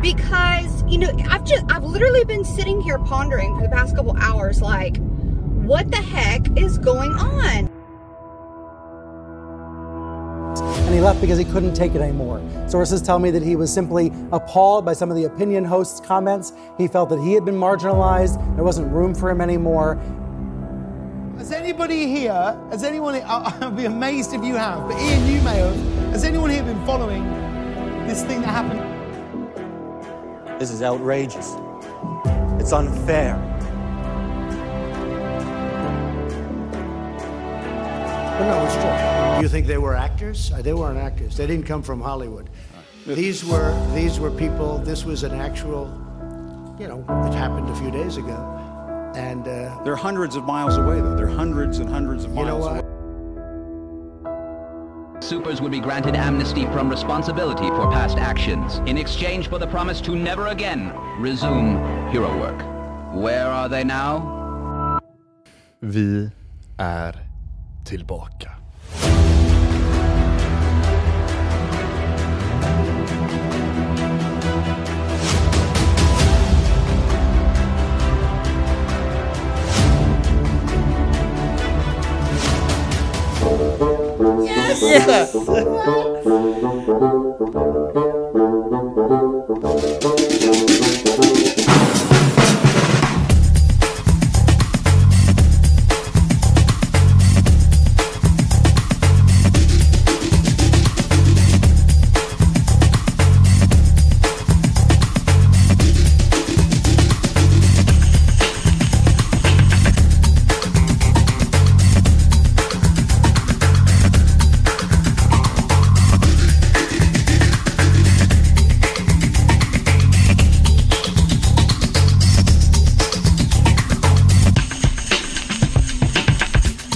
because you know I've just I've literally been sitting here pondering for the past couple hours like what the heck is going on? and he left because he couldn't take it anymore. Sources tell me that he was simply appalled by some of the opinion hosts' comments. He felt that he had been marginalized, there wasn't room for him anymore. Has anybody here, has anyone, I- I'd be amazed if you have, but Ian, you may have, has anyone here been following this thing that happened? This is outrageous. It's unfair. But no, it's true. You think they were actors? Uh, They weren't actors. They didn't come from Hollywood. These were these were people. This was an actual, you know, it happened a few days ago, and uh, They're hundreds of miles away, though. They're hundreds and hundreds of you know miles what? away. Supers would be granted amnesty from responsibility for past actions in exchange for the promise to never again resume hero work. Where are they now? Vi är tillbaka. Yes!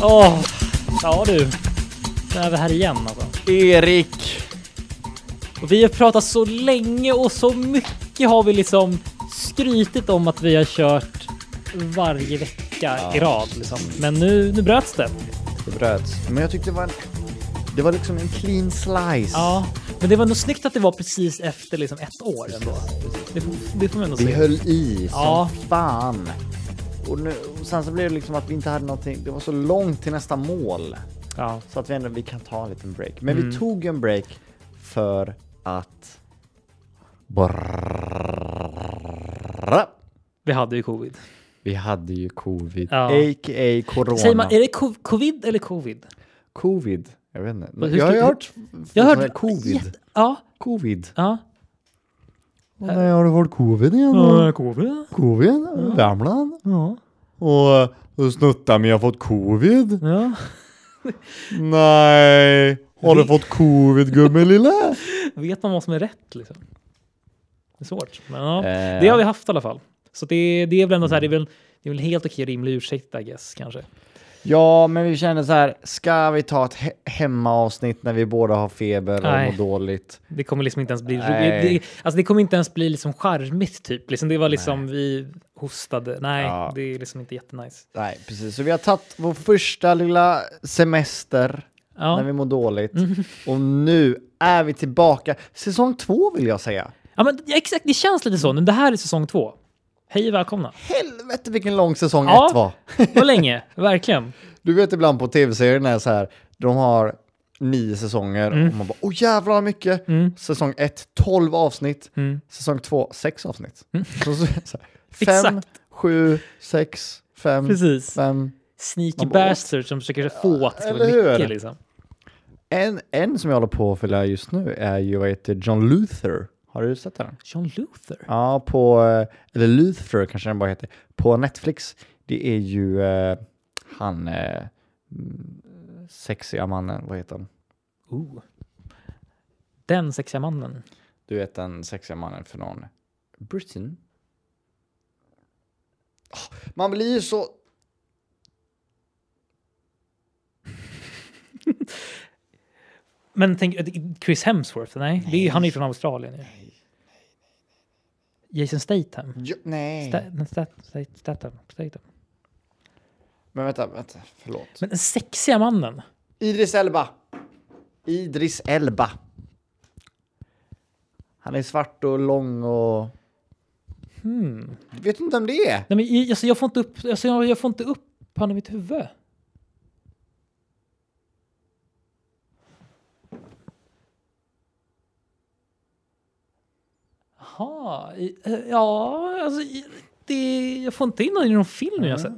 Åh! Ja du. Nu är vi här igen alltså. Erik! Och vi har pratat så länge och så mycket har vi liksom skrytit om att vi har kört varje vecka i rad liksom. Men nu, nu bröts det. Det bröts. Men jag tyckte det var en... Det var liksom en clean slice. Ja, men det var nog snyggt att det var precis efter liksom ett år ändå. Det, får- det får man ändå Vi säga. höll i som Ja. fan. Och, nu, och sen så blev det liksom att vi inte hade någonting. Det var så långt till nästa mål. Ja. Så att vi ändå, vi kan ta en liten break. Men Mm. vi tog en break för att... Brrrra. Vi hade ju covid. Vi hade ju covid. Ja. A.k.a. corona. Säger man, är det co- covid eller covid? Covid. Jag vet inte. hur jag har skulle- hört... Jag hörde... Covid. Ja. Covid. Ja. Nej, har du varit covid igen? Eh, covid? Covid? Värmland? Ja. Och du snuttar men jag har fått covid? Ja. Nej. Har du Vi- fått covid gummelille? Vet man vad som är rätt liksom? Det är svårt. Men, ja. Eh. Det har vi haft i alla fall. Så det, det är väl ändå så här, det är väl, det är väl en helt okej rimlig ursäkt I guess kanske. Ja, men vi kände så här, ska vi ta ett he- hemmaavsnitt när vi båda har feber och Nej. mår dåligt? Det kommer liksom inte ens bli Nej. roligt. Det, alltså det kommer inte ens bli liksom charmigt typ. Liksom det var liksom vi hostade. Nej, Ja. det är liksom inte jättenice. Nej, precis. Så vi har tagit vår första lilla semester när Ja. Mm. vi mår dåligt. Och nu är vi tillbaka. Säsong två vill jag säga. ja, men ja, exakt. Det känns lite så nu. Det här är säsong två. Hej och välkomna. Helvete vilken lång säsong Ja. ett var. Vad länge, verkligen. Du vet ibland på tv-serier när så här, de har nio säsonger Mm. och man bara åh jävlar vad mycket. Säsong ett, tolv avsnitt. Mm. Säsong två, sex avsnitt. Så, så, så här, fem, Exakt. sju, sex, fem, Precis. fem. Sneaky Man bara, bastard som försöker få att det ska vara eller hur? mycket liksom. En, en som jag håller på att följa just nu är ju vad heter John Luther. Har du sett den? John Luther. Ja, på, eh, eller Luther kanske den bara heter, på Netflix. Det är ju eh, han eh, mm, sexiga mannen, vad heter han? Ooh. Den sexiga mannen. Du vet den sexiga mannen från någon Britain? Ah, Man blir ju så... Men tänk, Chris Hemsworth, nej, Det är, ju- han är ju från Australien. ju. Jason Statham. Jo, nej. Sta- men Stat- Stat- Statham. Statham. Men vänta, vänta, förlåt. Men den sexiga mannen. Idris Elba. Idris Elba. Han är svart och lång och... Hmm. Vet du inte vem det är? Nej, men i- alltså, jag får inte upp, alltså, jag, jag får inte upp han i mitt huvud. Jaha, i- eh, ja, alltså i- det, jag får inte in honom i någon film jag har sett.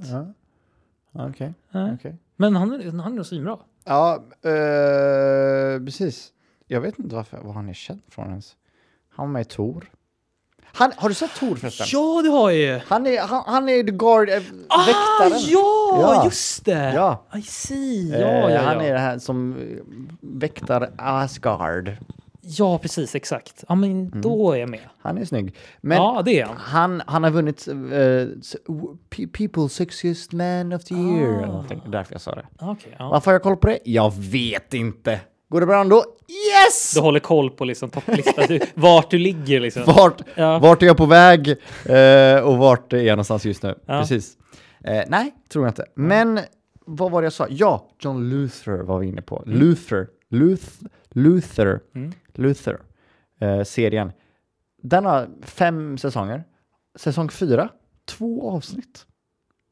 Okej. Nej. okej. Men han, är- han är nog svinbra. Ja, eh, precis. Jag vet inte varför, vad han är känd från ens. Han var med i Tor. Han, har du sett Tor förresten? Ja, det har jag ju. Han är, han, han är the guard, eh, Ah, väktaren. ja, Ja. just det! Ja. I see. Ja, Eh, ja, ja. Han är det här som eh, väktar Asgard. ja, precis, exakt. Ja, men då är jag med. Han är snygg. Mm. Men ja, det är han. han, han har vunnit eh, s- w- Pe- People Sexiest Man of the Year. Ah. Eller någonting. Det är därför jag sa det. Okej, ja. Varför har jag koll på det? Jag vet inte. Går det bra ändå? Yes! Du håller koll på liksom topplistan, du, vart du ligger liksom. Vart, Ja. vart är jag på väg eh, och vart är jag någonstans just nu? Ja. Precis. Eh, nej, tror jag inte. Men vad var det jag sa? Ja, John Luther var vi inne på. Mm. Luther. Luth, Luther. Luther. Eh, serien. Den har fem säsonger. Säsong fyra, två avsnitt.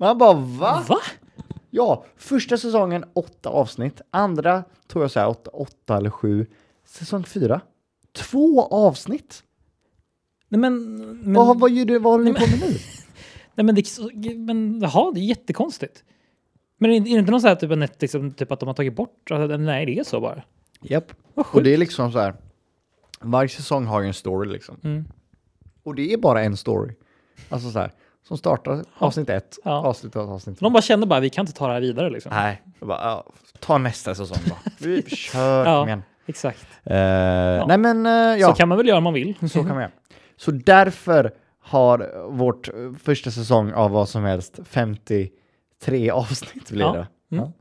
Man bara va? Va? Ja, första säsongen åtta avsnitt. Andra tror jag så här åtta, åtta eller sju. Säsong fyra, två avsnitt. Nej men, men, Vad, vad, gör du, vad håller ni på med nu? nej, men, det, är så- men jaha, det är jättekonstigt. Men är det är det inte någon så här typ, av Netflix, som typ att de har tagit bort, alltså, nej det är så bara. Japp. Vad Och sjukt. det är liksom så här. Varje säsong har ju en story liksom. Och det är bara en story. Alltså så här. Som startar avsnitt ett, Ja. avsnitt ett, avsnitt två. De bara känner bara, vi kan inte ta det här vidare liksom. Nej, jag bara, ja, ta nästa säsong bara. Vi kör, Ja. kom igen. Exakt. Eh, Nej men, eh, ja. Så kan man väl göra om man vill. Så kan man Mm. göra. Så därför har vårt eh, första säsong av vad som helst 53 avsnitt blir Ja. det. Ja.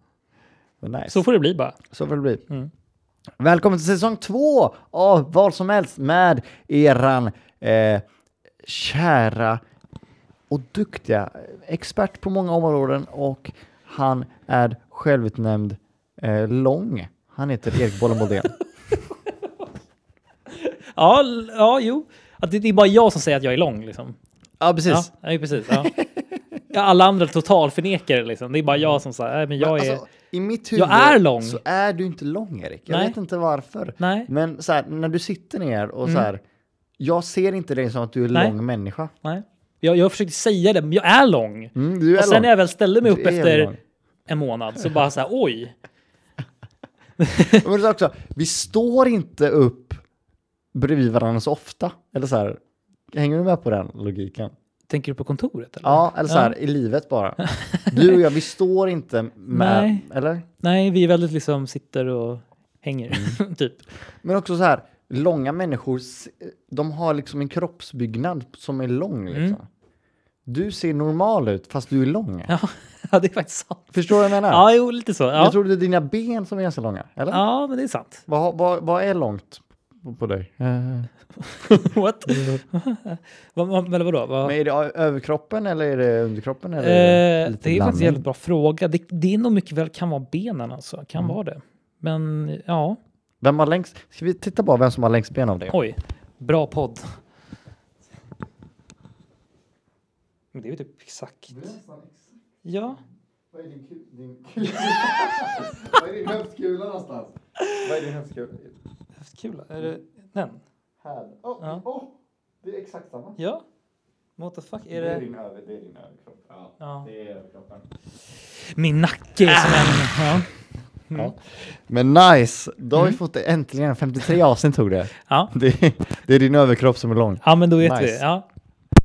Men Nice. Så får det bli bara. Så får det bli. Mm. Välkommen till säsong två av Vad som helst med eran eh, kära och duktiga expert på många områden och han är självutnämnd eh, lång. Han heter Erik Bollen Boldén. Ja, l- ja jo. Att det, det är bara jag som säger att jag är lång liksom. ja, Ja, precis. nej, precis. Ja. Ja, alla andra totalförnekar det liksom. Det är bara jag som säger, nej men jag är... Alltså, I mitt huvud Jag är lång. så är du inte lång Erik. Jag Nej. vet inte varför. Nej. Mm. Men så här, när du sitter ner och så här, jag ser inte dig som att du är Nej. lång människa. Nej. Jag, jag försökte säga det, men jag är lång. Mm, du är och sen lång. när jag väl ställde mig upp Du är efter lång. en månad så bara så här, oj. Men det är också, vi står inte upp bredvid varandra så ofta. Eller så här, hänger du med på den logiken? Tänker du på kontoret? Eller? Ja, eller så här i livet bara. Du och jag, vi står inte med, Nej. eller? Nej, vi är väldigt liksom sitter och hänger. Mm. typ. Men också så här, långa människor, s- de har liksom en kroppsbyggnad som är lång. Mm. Liksom. Du ser normal ut fast du är lång. Ja, ja, det är faktiskt sant. Förstår du vad jag menar? Ja, jo, lite så. Ja. Jag tror det är dina ben som är ganska långa, eller? ja, men det är sant. Vad, vad, vad är långt på dig? Eh. What? vad, vad, eller vadå? Vad? Men är det ö- överkroppen eller är det underkroppen? Eller är Eh, lite det är faktiskt en blandning? jävligt bra fråga. Det, det är nog mycket väl kan vara benen alltså. Kan Mm. vara det. Men ja, Vem har längst? Ska vi titta på vem som har längst ben av det? oj. Bra podd. Men det är ju typ exakt. Ja. Vad är din höftkula någonstans? Vad är din höftkula? Kul. Är det den? Här. Ja. det är exakt samma. Ja. What the fuck? Är det... över, det är din överkropp. Ja, Ja. det är överkroppen. Min nacke är som en... Ja. Men nice! Då har vi fått det äntligen. 53 avsnitt tog det. Mm. Ja. Det är, det är din överkropp som är lång. ja, men då vet Nice. vi. Ja.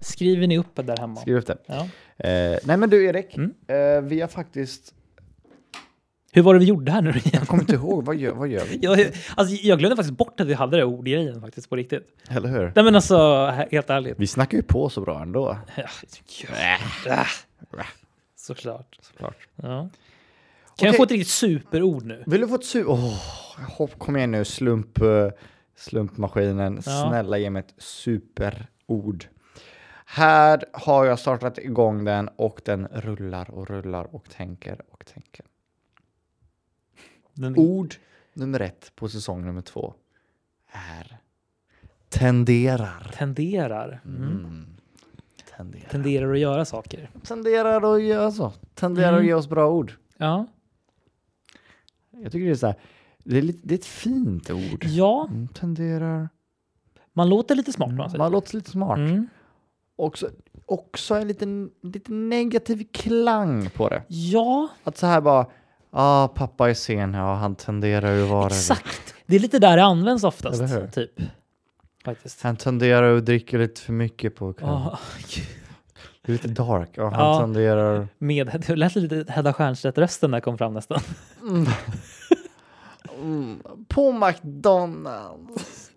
Skriver ni upp det där hemma? Skriv upp det. Ja. Mm. Eh, nej men du Erik, eh, vi har faktiskt... Hur var det vi gjorde här nu igen? Jag kommer inte ihåg, vad gör, vad gör vi? Jag, alltså, jag glömde faktiskt bort att vi hade det där ordgrejen faktiskt på riktigt. Eller hur? Nej men alltså, he- helt ärligt. Vi snackar ju på så bra ändå. Äh. Ja, gud. Ah. Såklart. Såklart. Ja. Kan jag få ett riktigt superord nu? Vill du få ett su... Åh, hopp, kom igen nu, slump, eh, slumpmaskinen. Ja. Snälla ge mig ett superord. Här har jag startat igång den och den rullar och rullar och tänker och tänker. Den, Ord nummer ett på säsong nummer två är Tenderar. Tenderar. Mm. Tenderar. Tenderar att göra saker. Tenderar att göra så. Tenderar att ge Mm. oss bra ord. Ja. Jag tycker det är så här. Det är, lite, det är ett fint ord. Ja, Mm, Tenderar. man låter lite smart när man säger Man låter lite smart. Mm. Också, också en liten, lite negativ klang på det. Ja, Att så här bara, ah, pappa är sen, ja, han tenderar ju att vara det. exakt. Det är lite där det används oftast. Eller hur? Typ. Faktiskt. Han tenderar att dricka lite för mycket på kvällen. Ja, gud. Det är lite dark. Ja, han Ja. tenderar... Med, det lät lite Hedda Stiernstedt-rösten där kom fram nästan. På McDonalds.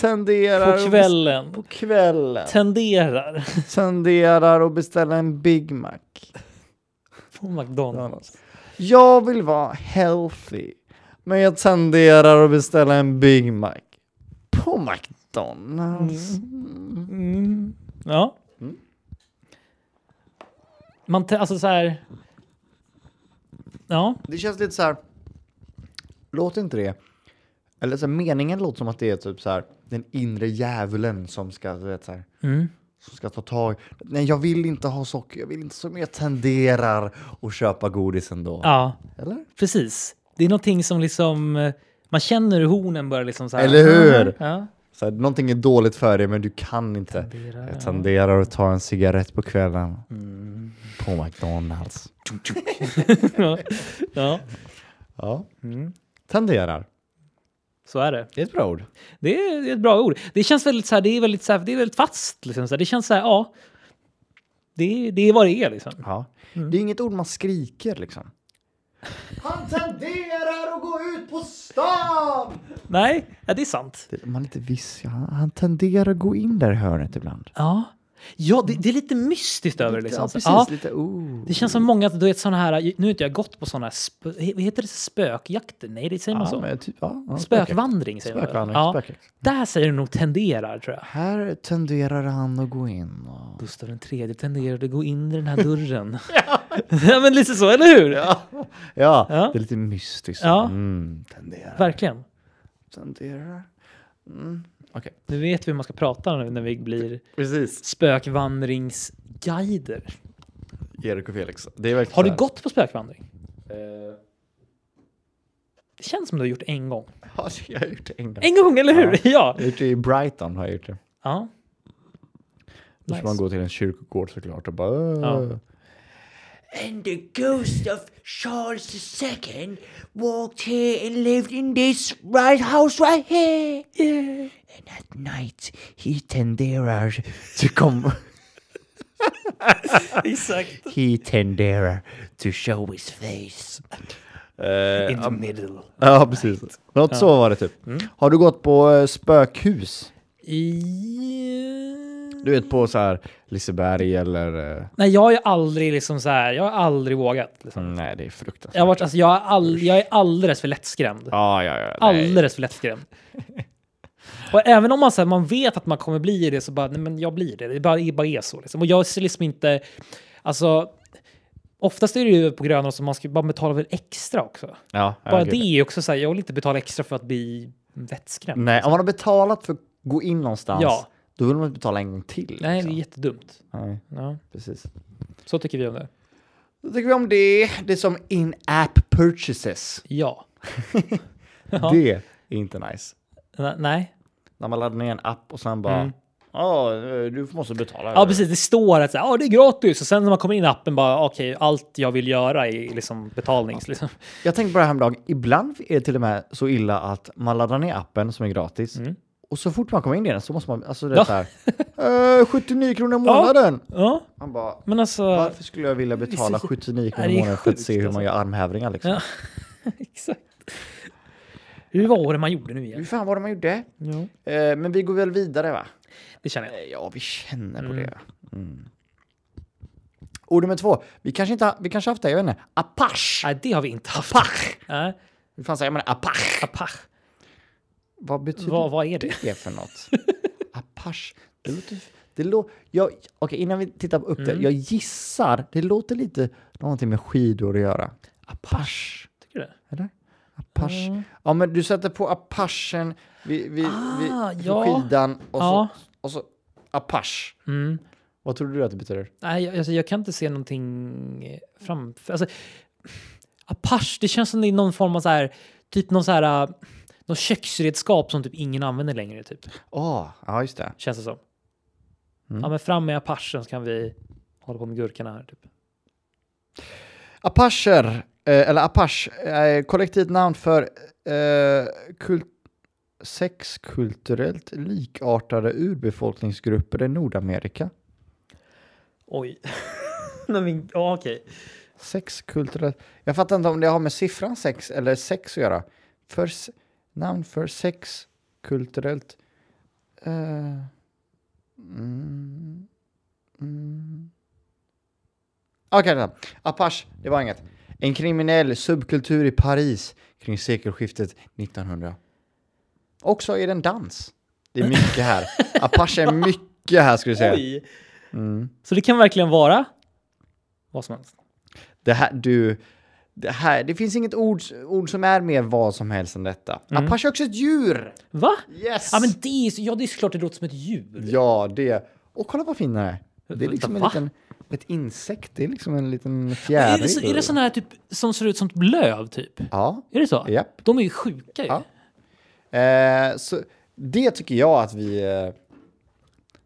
Tenderar... På att bes- kvällen. På kvällen. Tenderar. Tenderar att beställa en Big Mac. På McDonalds. Jag vill vara healthy. Men jag tenderar att beställa en Big Mac. På McDonalds. Ja. Mm. Man, te- alltså så här. Ja, Det känns lite så här. Låter inte det? Eller så här, meningen låter som att det är typ så här. Den inre djävulen som ska, du vet så här. Som ska ta tag. Nej, jag vill inte ha socker. Jag vill inte så men jag tenderar att köpa godis ändå. ja, Eller? precis. Det är någonting som liksom eh, man känner hur hornen börjar liksom så här. Eller hur? Ja. Så här, någonting är dåligt för dig men du kan inte. jag tenderar att ta en cigarett på kvällen. Mm. På McDonalds. ja, Ja. Tenderar. så är det. Det är ett bra ord. Det är, det är ett bra ord. Det känns väldigt så här. Det är väldigt så här. Det är väldigt fast liksom. Så här. Det känns så här. Ja, det, är- det är vad det är liksom. Ja. Det är inget ord man skriker liksom. Han tenderar att gå ut på stan! Nej, ja, det är sant. Det- Man är inte viss. ja. Han, han tenderar att gå in där i hörnet ibland. Ja, ja det, det är lite mystiskt över det. Liksom. Ja, Så- precis. ja. Lite oh. Det känns som många, du vet sådana här, nu har inte jag gått på sådana här, sp- he- heter det spökjakter? Nej, det säger man Ja, så. men typ, ja, ja, Spökvandring säger man. Spökvandring, Ja. spökjakt. Där säger du nog tenderar tror jag. Här tenderar han att gå in. Och... Gustav den tredje tenderade att gå in i den här dörren. ja, men lite så, eller hur? Ja, Ja. det är lite mystiskt. Ja. Mm, tenderar. Verkligen. Tenderar. Mm. Nu vet vi hur man ska prata nu när vi blir Precis. spökvandringsguider. Erik och Felix. Det är verkligen Har så du här. gått på spökvandring? Eh. Det känns som du har gjort en gång. Ja, jag har gjort det en gång. En gång, eller hur? Ja. Jag har gjort det i Brighton. Har jag gjort det. ja. Då får Nice. man gå till en kyrkogård såklart och bara... "Åh." Ja. And the ghost of Charles II walked here and lived in this right house right here. And at night, he tenderar to come. Exakt. he tenderar to show his face. in the middle. Eh, Ja, precis. Något så var det typ. Mm. Har du gått på eh, spökhus? I... Du vet på så här Liseberg eller... eh, Nej, jag har ju aldrig liksom så här, jag har aldrig vågat. Liksom. Nej, det är fruktansvärt. Jag, har varit, alltså, jag, är all, jag är alldeles för lättskrämd. Ja, ja, ja. nej. alldeles för lättskrämd. Och även om man, så här, man vet att man kommer bli det så bara, nej men jag blir det. Det bara, det bara är så. Liksom. Och jag ser liksom inte, alltså, oftast är det ju på gröna som man ska bara betala väl extra också. Ja, ja, Bara gud. det är ju också så här, jag vill inte betala extra för att bli vettskrämd. Nej, om man har betalat för att gå in någonstans, Ja. då vill man inte betala en gång till. Nej, det är liksom. jättedumt. Nej, Ja, precis. så tycker vi om det. Då tycker vi om det. Det är som in-app purchases. Ja. Det är inte nice. N- nej. När man laddar ner en app och sen bara... Ja, du måste betala. Mm. Ja, precis. Det står att så här, "Ah, det är gratis och sen när man kommer in i appen bara okej, allt jag vill göra är liksom betalnings. Liksom. Jag tänkte på det här häromdagen. Ibland är det till och med så illa att man laddar ner appen som är gratis. Och så fort man kommer in i den så måste man, alltså det är Mm. Ja. så här, eh, 79 kronor i månaden. Ja, Man bara, men alltså. varför skulle jag vilja betala 79 kronor Nej, i det är månaden för att sjukt, se hur man alltså. gör armhävningar liksom? Ja. Exakt. Hur var det man gjorde nu Hur igen? fan var det man gjorde? Eh, men vi går väl vidare va? Det känner Eh, jag. Ja, vi känner på det. Mm. Ord nummer två. Vi kanske inte har, vi kanske haft det, jag vet inte. Apache! Nej, det har vi inte haft. Apach! Nej, Hur fan säger man det? Apache! apach. Vad betyder Vad, vad är det? det är för något? Apache. Det låter... Det lå, jag, okej, innan vi tittar upp Mm. det. Jag gissar, det låter lite någonting med skidor att göra. Apache. Tycker du? Eller? Apache. Mm. Ja, men du sätter på Apachen vid, vid, Ah, vid ja. skidan och, Ja. Mm. så, och så Apache. Vad tror du att det betyder? Nej, jag- alltså, jag kan inte se någonting framför... Alltså, Apache, det känns som det är någon form av så här, typ någon så här, äh, någon köksredskap som typ ingen använder längre, typ. Ah, ja, just det. Känns det som. Ja, men fram med Apachen så kan vi hålla på med gurkorna här, typ. Apacher, eh, eller Apache, eh, kollektivt namn för eh, kul- sex kulturellt likartade urbefolkningsgrupper i Nordamerika. Oj. Nej, men, ja, okej. Sex kulturellt... Jag fattar inte om det har med siffran sex eller sex att göra. För, s- namn för sex kulturellt... Eh, mm, mm. Okej, okay, Apache, det var inget. En kriminell subkultur i Paris kring sekelskiftet 1900. Också är det en dans. Det är mycket här. Apache är mycket här skulle jag säga. Oj. Mm. Så det kan verkligen vara vad som helst. Det här, du, det här, det finns inget ord, ord som är mer vad som helst än detta. Mm. Apache är också ett djur! Va? Yes! Ja, men det är, så- ja, det är såklart det låter som ett djur. Ja, det. Och kolla vad fin den är. Det är liksom en Va? liten, ett insekt, det är liksom en liten Är fjäril. det, så- är det sån här typ som ser ut som ett löv, typ? Ja. Är det så? Japp. De är ju sjuka ju. Eh, så det tycker jag att vi eh,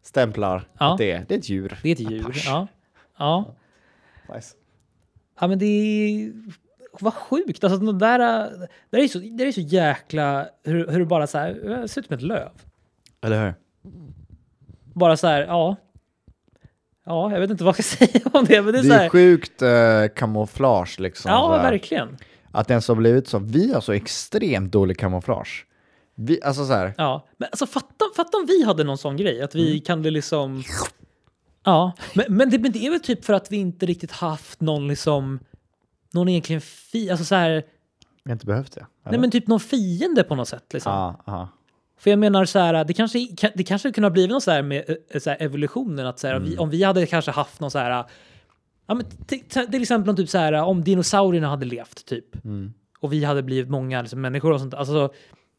stämplar Ja. att det är. Det är ett djur. Det är ett djur. Ja. ja. Nice. Ja, men det är... Vad sjukt. Alltså, de där, äh, det där är så, det där är så jäkla... Hur, hur det bara så här... äh, ser ut som ett löv. Eller hur? Bara så här, ja. Ja, jag vet inte vad jag ska säga om det, men det Det är är, så här... sjukt eh, kamouflage liksom. Ja, så här. verkligen. Att den som blivit så, vi har så extremt dålig kamouflage. Vi, alltså så här, Ja. Men alltså, fatta, fatta om vi hade någon sån grej, att vi kan det liksom... Ja, men, men, det, men det är väl typ för att vi inte riktigt haft någon liksom... Någon egentligen fi, alltså så här, jag har inte behövt det. eller? nej men typ någon fiende på något sätt. Liksom. ah, ah. För jag menar så här, det kanske, det kanske kunde ha blivit något så här med eh, så här evolutionen, att så här, Mm. vi, om vi hade kanske haft någon så här, ja, men till, till exempel om typ så här, om dinosaurierna hade levt typ, Mm. och vi hade blivit många liksom, människor och sånt, alltså,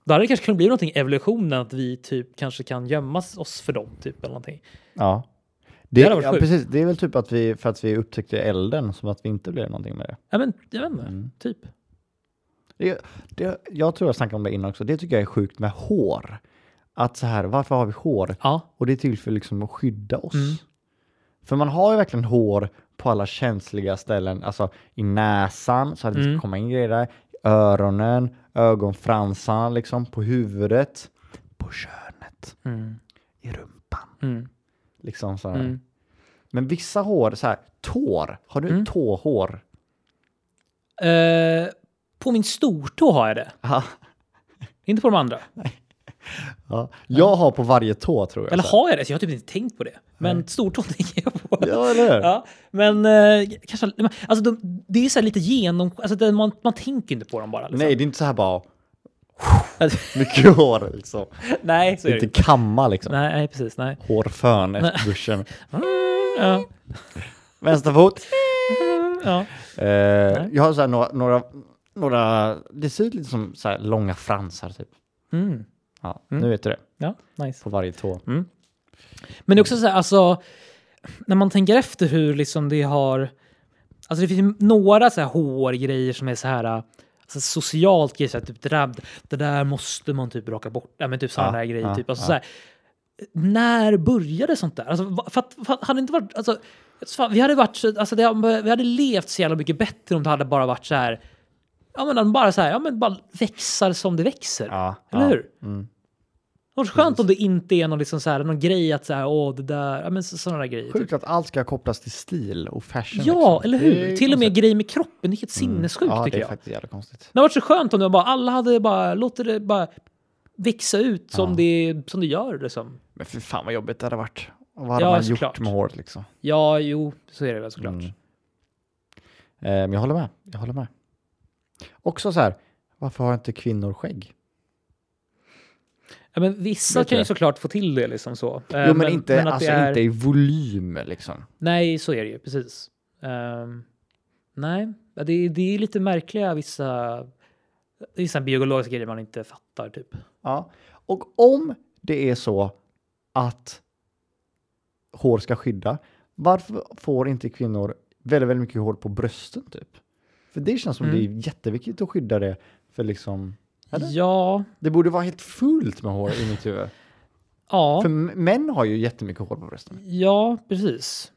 då hade det kanske kunnat bli någonting i evolutionen, att vi typ kanske kan gömma oss för dem typ eller någonting. Ja. Det, hade varit ja, sjukt. precis, det är väl typ att vi, för att vi upptäckte elden som att vi inte blev någonting med det. Ja men jag vet inte, Mm. typ. det, det jag tror jag snackade om det innan också, det tycker jag är sjukt med hår. Att så här, varför har vi hår? Ja. Och det är till för liksom att skydda oss. Mm. För man har ju verkligen hår på alla känsliga ställen, alltså i näsan så att det Mm. ska komma in grejer där, öronen, ögonfransarna liksom, på huvudet, på könet, Mm. i rumpan. Liksom så här. Men vissa hår, så här, tår, har du Mm. tåhår? Eh, på min stortå har jag det, Ja. inte på de andra. Ja. Jag har på varje tå tror jag. Eller så här. har jag det? Så jag har typ inte tänkt på det. Men stortån tänker jag på. Ja, eller hur? Ja, men eh, kanske, men, alltså, de, det är så här lite genom... Alltså, det, man, man tänker inte på dem bara. Liksom. Nej, det är inte så här bara mycket hår liksom. nej, så är det ju. Inte kamma liksom. Nej, nej, precis. Nej. Mm, Hårfön efter duschen. Ja, Vänsterfot. ja. Eh, jag har så här några, några, några, det ser ut lite som så här långa fransar typ. Mm. Ja, nu vet du det. ja nice. På varje tå. Men det är också så här, alltså, när man tänker efter hur liksom det har... Alltså det finns ju några så här hårgrejer som är så här alltså socialt grejer, så här, typ det där, det där måste man typ raka bort. Ja, men typ sådana Ja, här grejer. ja, typ. Alltså, ja. så här, när började sånt där? Alltså, va- för att, för att, hade det inte varit, alltså, fan, vi, hade varit, så- alltså, det, vi hade levt så jävla mycket bättre om det hade bara varit så här, ja men de bara så här, ja men bara växer som det växer. Ja, Eller ja. hur? Det vore skönt om det inte är någon, liksom så här, någon grej att så här, åh det där, ja men sådana där grejer. typ. Sjukt att allt ska kopplas till stil och fashion. Ja, liksom. eller Det är hur? Till och med konstigt. Mm. grejer med kroppen, vilket sinnessjukt Ja, tycker det är jag. faktiskt jävla konstigt. Det hade varit så skönt om det bara, alla hade bara låtit det bara växa ut som, det, som det gör. Liksom. Men fy fan vad jobbigt det hade varit. Och vad hade Ja, man såklart. gjort med håret liksom? Ja, jo, så är det väl såklart. Mm. Eh, men jag håller med. Jag håller med. Också så här, varför har inte kvinnor skägg? Ja, men vissa Vet kan ju jag. såklart få till det liksom så. Eh, jo, men, inte, att det alltså, är- inte i volym liksom. Nej, så är det ju, precis. Ehm, nej, ja, det, det är lite märkliga vissa Det är sådana biologiska grejer man inte fattar typ. Ja. Och om det är så att hår ska skydda, varför får inte kvinnor väldigt, väldigt mycket hår på brösten typ? För det känns som Mm. det är jätteviktigt att skydda det för liksom... Eller? Ja, Det borde vara helt fullt med hår i mitt huvud. ja, För m- män har ju jättemycket hår på brösten. ja, precis.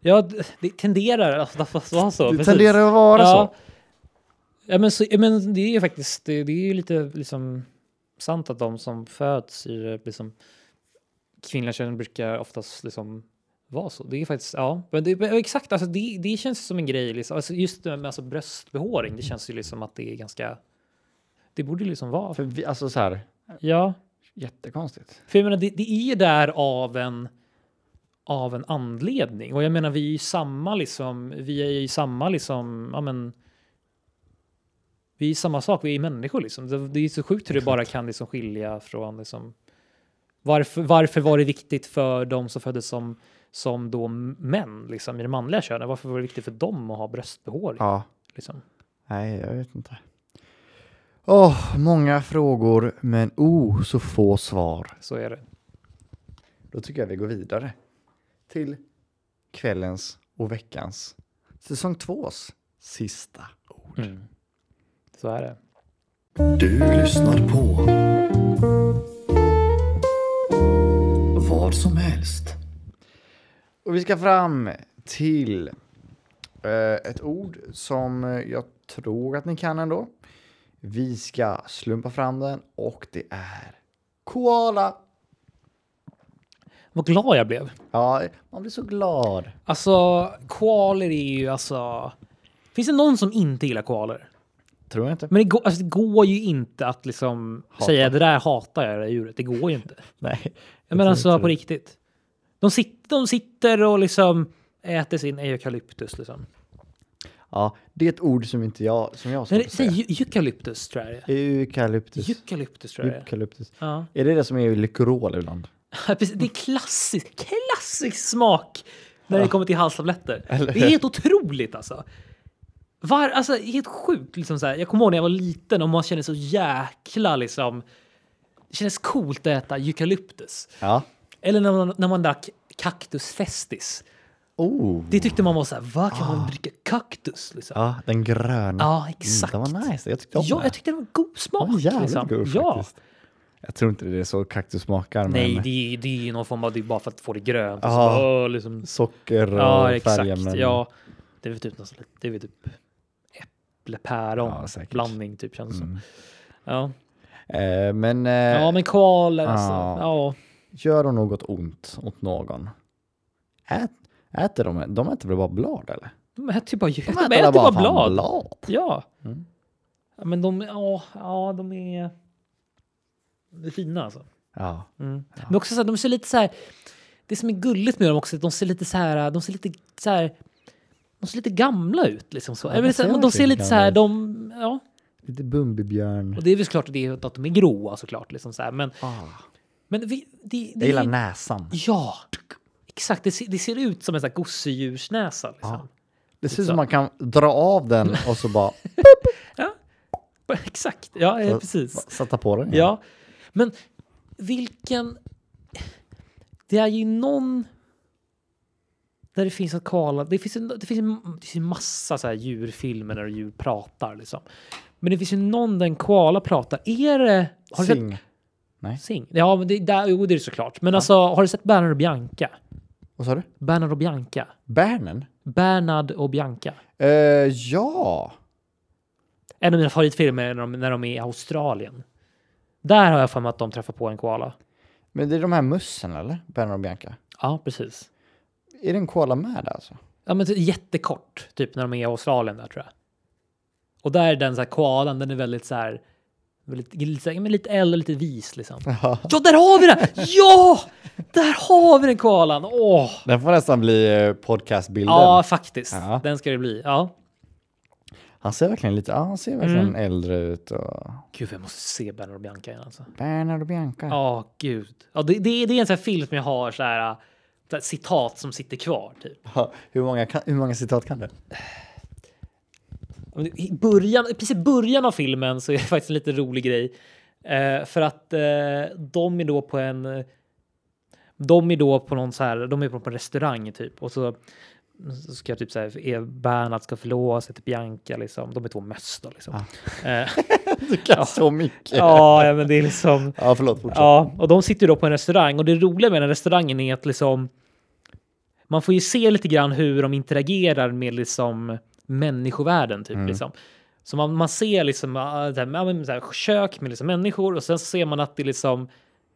Ja, d- det tenderar att att vara så. Det precis. tenderar att vara ja. Ja men, så, ja, men det är ju faktiskt, det, det är ju lite liksom sant att de som föds i det liksom, kvinnliga könet brukar oftast liksom vara så. Det är faktiskt, ja, men det, men exakt, alltså det, det känns som en grej, liksom. alltså just det med alltså, bröstbehåring, det känns ju liksom att det är ganska, det borde ju liksom vara. så. För vi, alltså så här, Ja, jättekonstigt. för jag menar, det, det är ju där av en, av en anledning. Och jag menar, vi är ju samma liksom, vi är ju samma liksom, ja men, vi är ju samma sak, vi är människor liksom. Det, det är så sjukt hur det bara kan liksom skilja från liksom, varför, varför var det viktigt för de som föddes som, som då män, liksom, i det manliga könet? Varför var det viktigt för dem att ha bröstbehåring? Ja. Liksom? Nej, jag vet inte. Åh, många frågor, men oh, så få svar. Så är det. Då tycker jag vi går vidare till kvällens och veckans säsong tvås sista ord. Mm. Så är det. Du lyssnar på vad som helst. Och vi ska fram till eh, ett ord som eh, jag tror att ni kan ändå. Vi ska slumpa fram den och det är koala. Vad glad jag blev. Ja, man blir så glad. Alltså, koalor är ju alltså... Finns det någon som inte gillar koalor? Tror jag inte. Men det går, alltså, det går ju inte att liksom Hata. säga det där hatar jag, det där djuret. Det går ju inte. Nej. Jag menar tror alltså inte på det. riktigt. De, sit, de sitter och liksom äter sin eukalyptus liksom. Ja, det är ett ord som inte jag, som jag Nej, skulle det- säg säga. eu- eukalyptus tror jag det är. Eukalyptus. Eukalyptus tror jag det är. Eukalyptus. Ja. Är det det som är Lyckerol ibland? Precis, Det är klassisk, klassisk smak när det kommer till halstabletter. Eller Det är hur? helt otroligt alltså. Var, alltså helt sjukt. Liksom så här. Jag kommer ihåg när jag var liten och man kände så jäkla liksom. Det kändes coolt att äta eukalyptus. Ja. Eller när man, när man drack cactus festis. Oh. Det tyckte man var så här, vad kan man dricka kaktus? Liksom. Ah. Ja, den gröna. Ja, exakt. Mm, det var nice. Jag tyckte om Ja, det. jag tyckte det var god smak. Den var jävligt liksom. god ja. faktiskt. Jag tror inte det är så kaktus smakar. Nej, men det är, det är ju någon form av, det är bara för att få det grönt. Och så, Ja. bara, åh, liksom. socker och Ja, exakt. färgämnen. Ja, det är väl typ, något sånt- det är väl typ äpple-päron Ja, säkert. Mm. blandning typ känns det som. Ja. Eh, men eh, ja, men koalor alltså. ja. Ja. gör de något ont åt någon? Ät, äter de? De äter väl bara blad eller? De äter ju bara, de väl äter bara, fan blad. blad. Mm. Ja. ja. Men de, ja, ja, de är... De är fina alltså. Ja. Mm. Men också så här, de ser lite så här... Det som är gulligt med dem också är att de ser lite så här... De ser lite så här... De ser lite gamla ut liksom så. Ja, Eller de så- ser men de ser verkligen lite så här, gamla de... Ja. Lite Bumbibjörn. Och det är väl klart att, det är, att de är gråa såklart. Liksom så här. Men, Ah, men vi, det, det jag gillar är- näsan. Ja, exakt. Det ser, det ser ut som en sån här gosedjursnäsa. Liksom. Det ser ut som man kan dra av den och så bara Ah. Exakt, ja eh, precis. sätta på den. igen. Ja. Men vilken... Det är ju någon... Där det finns en koala. Det finns en, det finns en, det finns en massa så här djurfilmer där djur pratar. Liksom. Men det finns ju någon där en koala pratar. Är det... Har du sett- Sing. Sing. Ja, men det, där, jo, det är det såklart. Men alltså, har du sett Bernard och Bianca? Vad sa du? Bernard och Bianca. Bärnen? Bernard och Bianca. Eh, ja. En av mina favoritfilmer är när de, när de är i Australien. Där har jag för mig att de träffar på en koala. Men det är de här mössen eller? Bernard och Bianca. Ja, precis. Är det en koala med där alltså? Ja, men typ jättekort, typ när de är i Australien där tror jag. Och där är den så här koalan, den är väldigt så här, väldigt, lite, så här, men lite äldre, lite vis liksom. Ja, där har vi den! Ja! Där har vi den koalan! Åh! Den får nästan bli eh, podcastbilden. Ja, faktiskt. Ja. Den ska det bli. Ja. Han ser verkligen lite, ja han ser verkligen äldre ut och... Gud, jag måste se Bernard och Bianca igen alltså. Bernard och Bianca. Ja, gud. Ja, det, det, det är en sån här film som jag har så här, äh, så här citat som sitter kvar typ. Ja, Hur, många kan, hur många citat kan du? I början, precis i början av filmen så är det faktiskt en lite rolig grej. Eh, för att eh, de är då på en... De är då på någon så här, de är på en restaurang typ och så så ska typ så här, är Bernhard ska förlova sig till Bianca liksom. De är två möss då liksom. Eh, Du kan så mycket. Ja, ja, men det är liksom... Ja, förlåt, fortsätt. Ja, och de sitter ju då på en restaurang och det roliga med den restaurangen är att liksom man får ju se lite grann hur de interagerar med liksom människovärlden typ Mm. liksom. Så man, man ser liksom ah, det här, ja, men så här, kök med liksom människor och sen så ser man att det liksom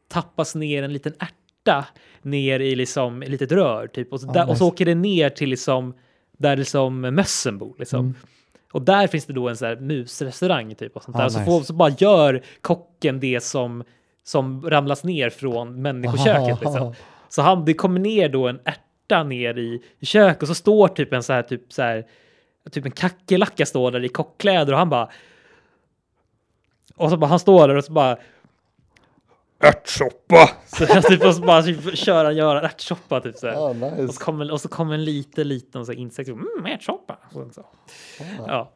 tappas ner en liten ärta ner i liksom ett litet rör typ och så, Ah, där, och nice. så åker det ner till liksom där liksom mössen bor liksom. Mm. Och där finns det då en så här musrestaurang typ och sånt Ah, där. Så, nice. får, så bara gör kocken det som som ramlas ner från människoköket liksom. Så han, det kommer ner då en ärta ner i i köket och så står typ en så här typ så här typ en kackerlacka står där i kockkläder och han bara. Och så bara han står där och så bara. Ärtsoppa! Så jag typ och så bara typ, kör han göra ärtsoppa typ så här. och, så kommer, och så kommer en liten liten så här insekt. och, Mm, ärtsoppa! Och sen Så. Ja.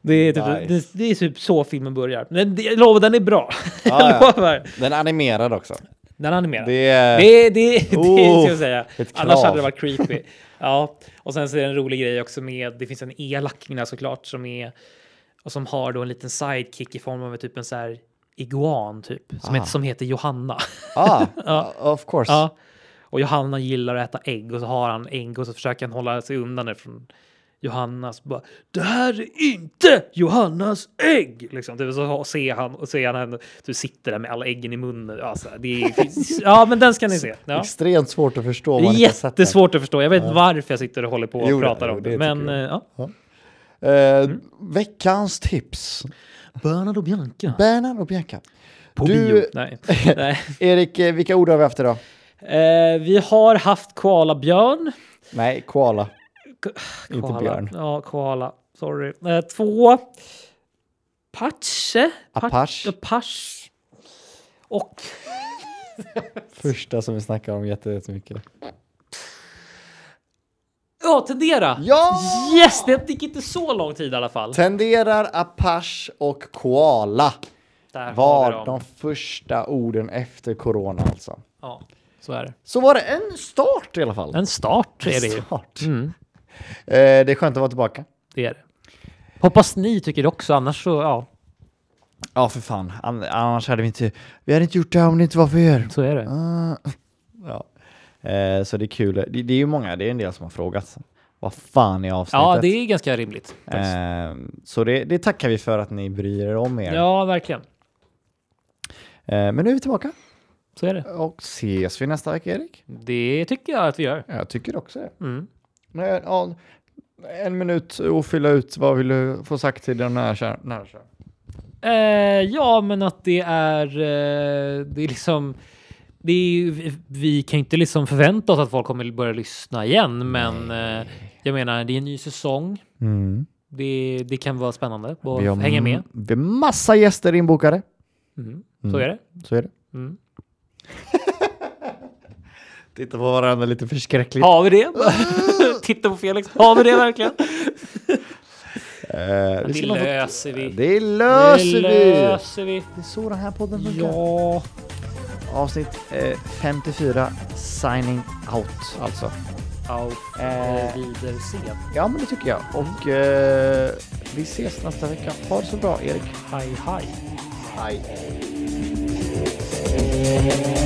Det är, typ, Ah. Nice. det, det är typ så filmen börjar. Men det- jag lovar, den är bra. Ja, jag Ah, ja. lovar. Den är animerad också. Den är animerad. Det är- Det, det, det Oh, ska jag säga. ett krav. Annars hade det varit creepy. ja. Och sen så är det en rolig grej också med, det finns en elacking där såklart som är, och som har då en liten sidekick i form av typ en så här iguan typ, som, Ah. heter, som heter Johanna. Ah, of course. Ja. Och Johanna gillar att äta ägg och så har han ägg och så försöker han hålla sig undan det från Johannas bara det här är inte Johannas ägg! Liksom, typ, så ser han och ser han henne, du sitter där med alla äggen i munnen. Alltså, det är, ja, men den ska ni se. Ja. Extremt svårt att förstå. om Det man är inte har sett den. jättesvårt att förstå. Jag vet Ja. varför jag sitter och håller på och Jo, det- pratar jo, om det det. tycker men jag. eh, ja. Eh, Mm. Veckans tips. Bernhard och Bianca. Bernhard och Bianca. På bio. Nej. Nej. Erik, eh, vilka ord har vi haft idag? Eh, vi har haft koala björn. Nej, koala. Inte Koala. björn. Ja, koala. Sorry. Eh, två. Pache. Apache. Apache. Och Första som vi snackar om jätte- jättemycket. Ja, tendera! Ja! Yes! Det gick inte så lång tid i alla fall. Tenderar Apache och koala Där har vi var dem. de första orden efter corona alltså. Ja, så är det. Så var det en start i alla fall. En start är det ju. Start. Mm. Eh, det är skönt att vara tillbaka. Det är det. Hoppas ni tycker det också, annars så ja. Ja, för fan. An- Annars hade vi inte... Vi hade inte gjort det här om det inte var för er. Så är det. ja. eh, så det är kul. Det, det är ju många, det är en del som har frågat. Vad fan är avsnittet? Ja, det är ganska rimligt. faktiskt. Eh, så det, det tackar vi för att ni bryr er om er. Ja, verkligen. Eh, men nu är vi tillbaka. Så är det. Och ses vi nästa vecka, Erik? Det tycker jag att vi gör. Jag tycker också det. Mm. Nej, ja, En minut och fylla ut. Vad vill du få sagt till den nära kära? Nära kära? Eh, ja, men att det är... Eh, det är liksom... Det är, ju- vi kan ju inte liksom förvänta oss att folk kommer börja lyssna igen, men eh, jag menar, det är en ny säsong. Mm. Det, det kan vara spännande att Vi har hänga med. Vi har massa gäster inbokade. Mm. Så är det. Så är det. Mm. Titta på varandra lite förskräckligt. Har vi det? Titta på Felix. Har vi det verkligen? Eh, vi Det ska nog få- löser vi. Det löser vi! löser vi. Det är så den här podden funkar. Ja. Avsnitt eh, 54, signing out alltså. Auf Eh. Wiedersehen. Ja, men det tycker jag. Och eh, vi ses nästa vecka. Ha det så bra, Erik. Hej, hej. Hej. Thank you.